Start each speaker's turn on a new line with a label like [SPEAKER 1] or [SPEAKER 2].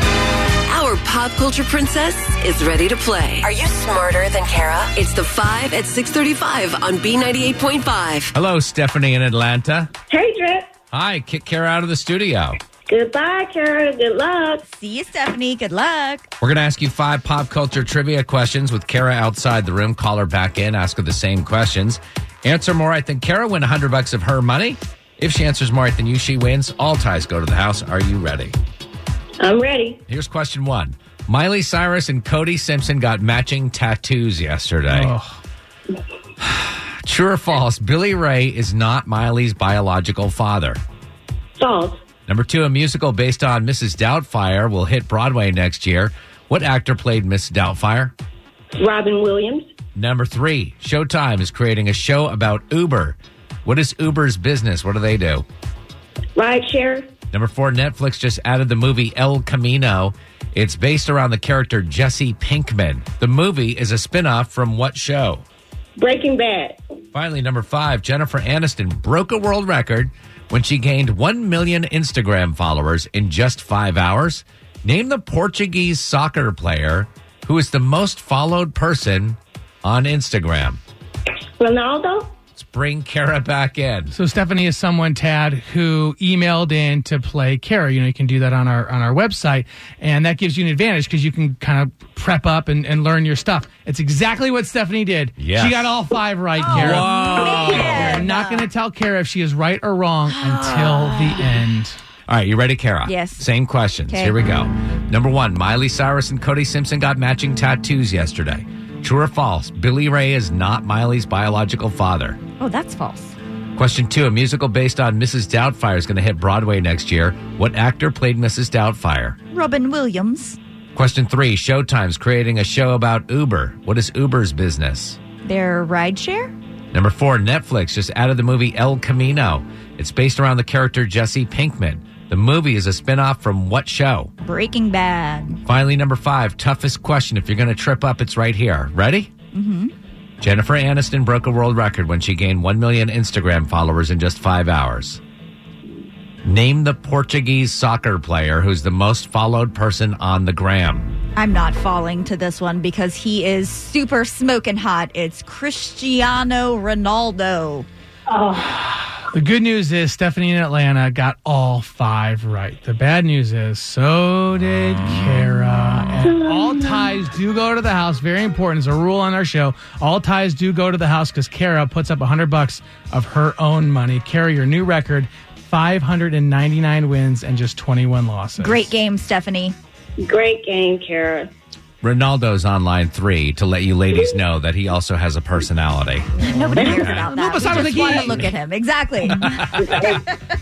[SPEAKER 1] Our pop culture princess is ready to play.
[SPEAKER 2] Are you smarter than Kara?
[SPEAKER 1] It's the 5 at 635 on B98.5.
[SPEAKER 3] Hello, Stephanie in Atlanta.
[SPEAKER 4] Hey, Drip.
[SPEAKER 3] Hi, kick Kara out of the studio.
[SPEAKER 4] Goodbye, Kara. Good luck.
[SPEAKER 5] See you, Stephanie. Good luck.
[SPEAKER 3] We're going to ask you five pop culture trivia questions with Kara outside the room. Call her back in, ask her the same questions. Answer more right than Kara, win 100 bucks of her money. If she answers more right than you, she wins. All ties go to the house. Are you ready?
[SPEAKER 4] I'm ready.
[SPEAKER 3] Here's question one Miley Cyrus and Cody Simpson got matching tattoos yesterday. True or false, Billy Ray is not Miley's biological father.
[SPEAKER 4] False.
[SPEAKER 3] Number two, a musical based on Mrs. Doubtfire will hit Broadway next year. What actor played Miss Doubtfire?
[SPEAKER 4] Robin Williams.
[SPEAKER 3] Number three, Showtime is creating a show about Uber. What is Uber's business? What do they do?
[SPEAKER 4] Rideshare.
[SPEAKER 3] Number four, Netflix just added the movie El Camino. It's based around the character Jesse Pinkman. The movie is a spinoff from what show?
[SPEAKER 4] Breaking Bad.
[SPEAKER 3] Finally, number five, Jennifer Aniston broke a world record when she gained 1 million Instagram followers in just five hours. Name the Portuguese soccer player who is the most followed person on Instagram.
[SPEAKER 4] Ronaldo.
[SPEAKER 3] Let's bring Kara back in.
[SPEAKER 6] So Stephanie is someone Tad who emailed in to play Kara. You know, you can do that on our on our website, and that gives you an advantage because you can kind of prep up and, and learn your stuff. It's exactly what Stephanie did.
[SPEAKER 3] Yes.
[SPEAKER 6] She got all five right,
[SPEAKER 3] Oh,
[SPEAKER 6] Kara. We're not going to tell Kara if she is right or wrong until the end.
[SPEAKER 3] All right, you ready, Kara?
[SPEAKER 5] Yes.
[SPEAKER 3] Same questions.
[SPEAKER 5] Okay.
[SPEAKER 3] Here we go. Number one Miley Cyrus and Cody Simpson got matching tattoos yesterday. True or false? Billy Ray is not Miley's biological father.
[SPEAKER 5] Oh, that's false.
[SPEAKER 3] Question two A musical based on Mrs. Doubtfire is going to hit Broadway next year. What actor played Mrs. Doubtfire?
[SPEAKER 5] Robin Williams.
[SPEAKER 3] Question three Showtime's creating a show about Uber. What is Uber's business?
[SPEAKER 5] Their rideshare?
[SPEAKER 3] Number four, Netflix just added the movie El Camino. It's based around the character Jesse Pinkman. The movie is a spinoff from what show?
[SPEAKER 5] Breaking Bad.
[SPEAKER 3] Finally, number five, toughest question. If you're going to trip up, it's right here. Ready? Mm-hmm. Jennifer Aniston broke a world record when she gained 1 million Instagram followers in just five hours. Name the Portuguese soccer player who's the most followed person on the gram.
[SPEAKER 5] I'm not falling to this one because he is super smoking hot. It's Cristiano Ronaldo.
[SPEAKER 6] The good news is Stephanie in Atlanta got all five right. The bad news is so did Kara. And all ties do go to the house. Very important. It's a rule on our show. All ties do go to the house because Kara puts up 100 bucks of her own money. Kara, your new record: 599 wins and just 21 losses.
[SPEAKER 5] Great game, Stephanie.
[SPEAKER 4] Great game, Kara.
[SPEAKER 3] Ronaldo's on line three to let you ladies know that he also has a personality.
[SPEAKER 5] Nobody cares about that.
[SPEAKER 6] Lupus
[SPEAKER 5] we
[SPEAKER 6] out of
[SPEAKER 5] just
[SPEAKER 6] the
[SPEAKER 5] want to
[SPEAKER 6] game.
[SPEAKER 5] look at him. Exactly.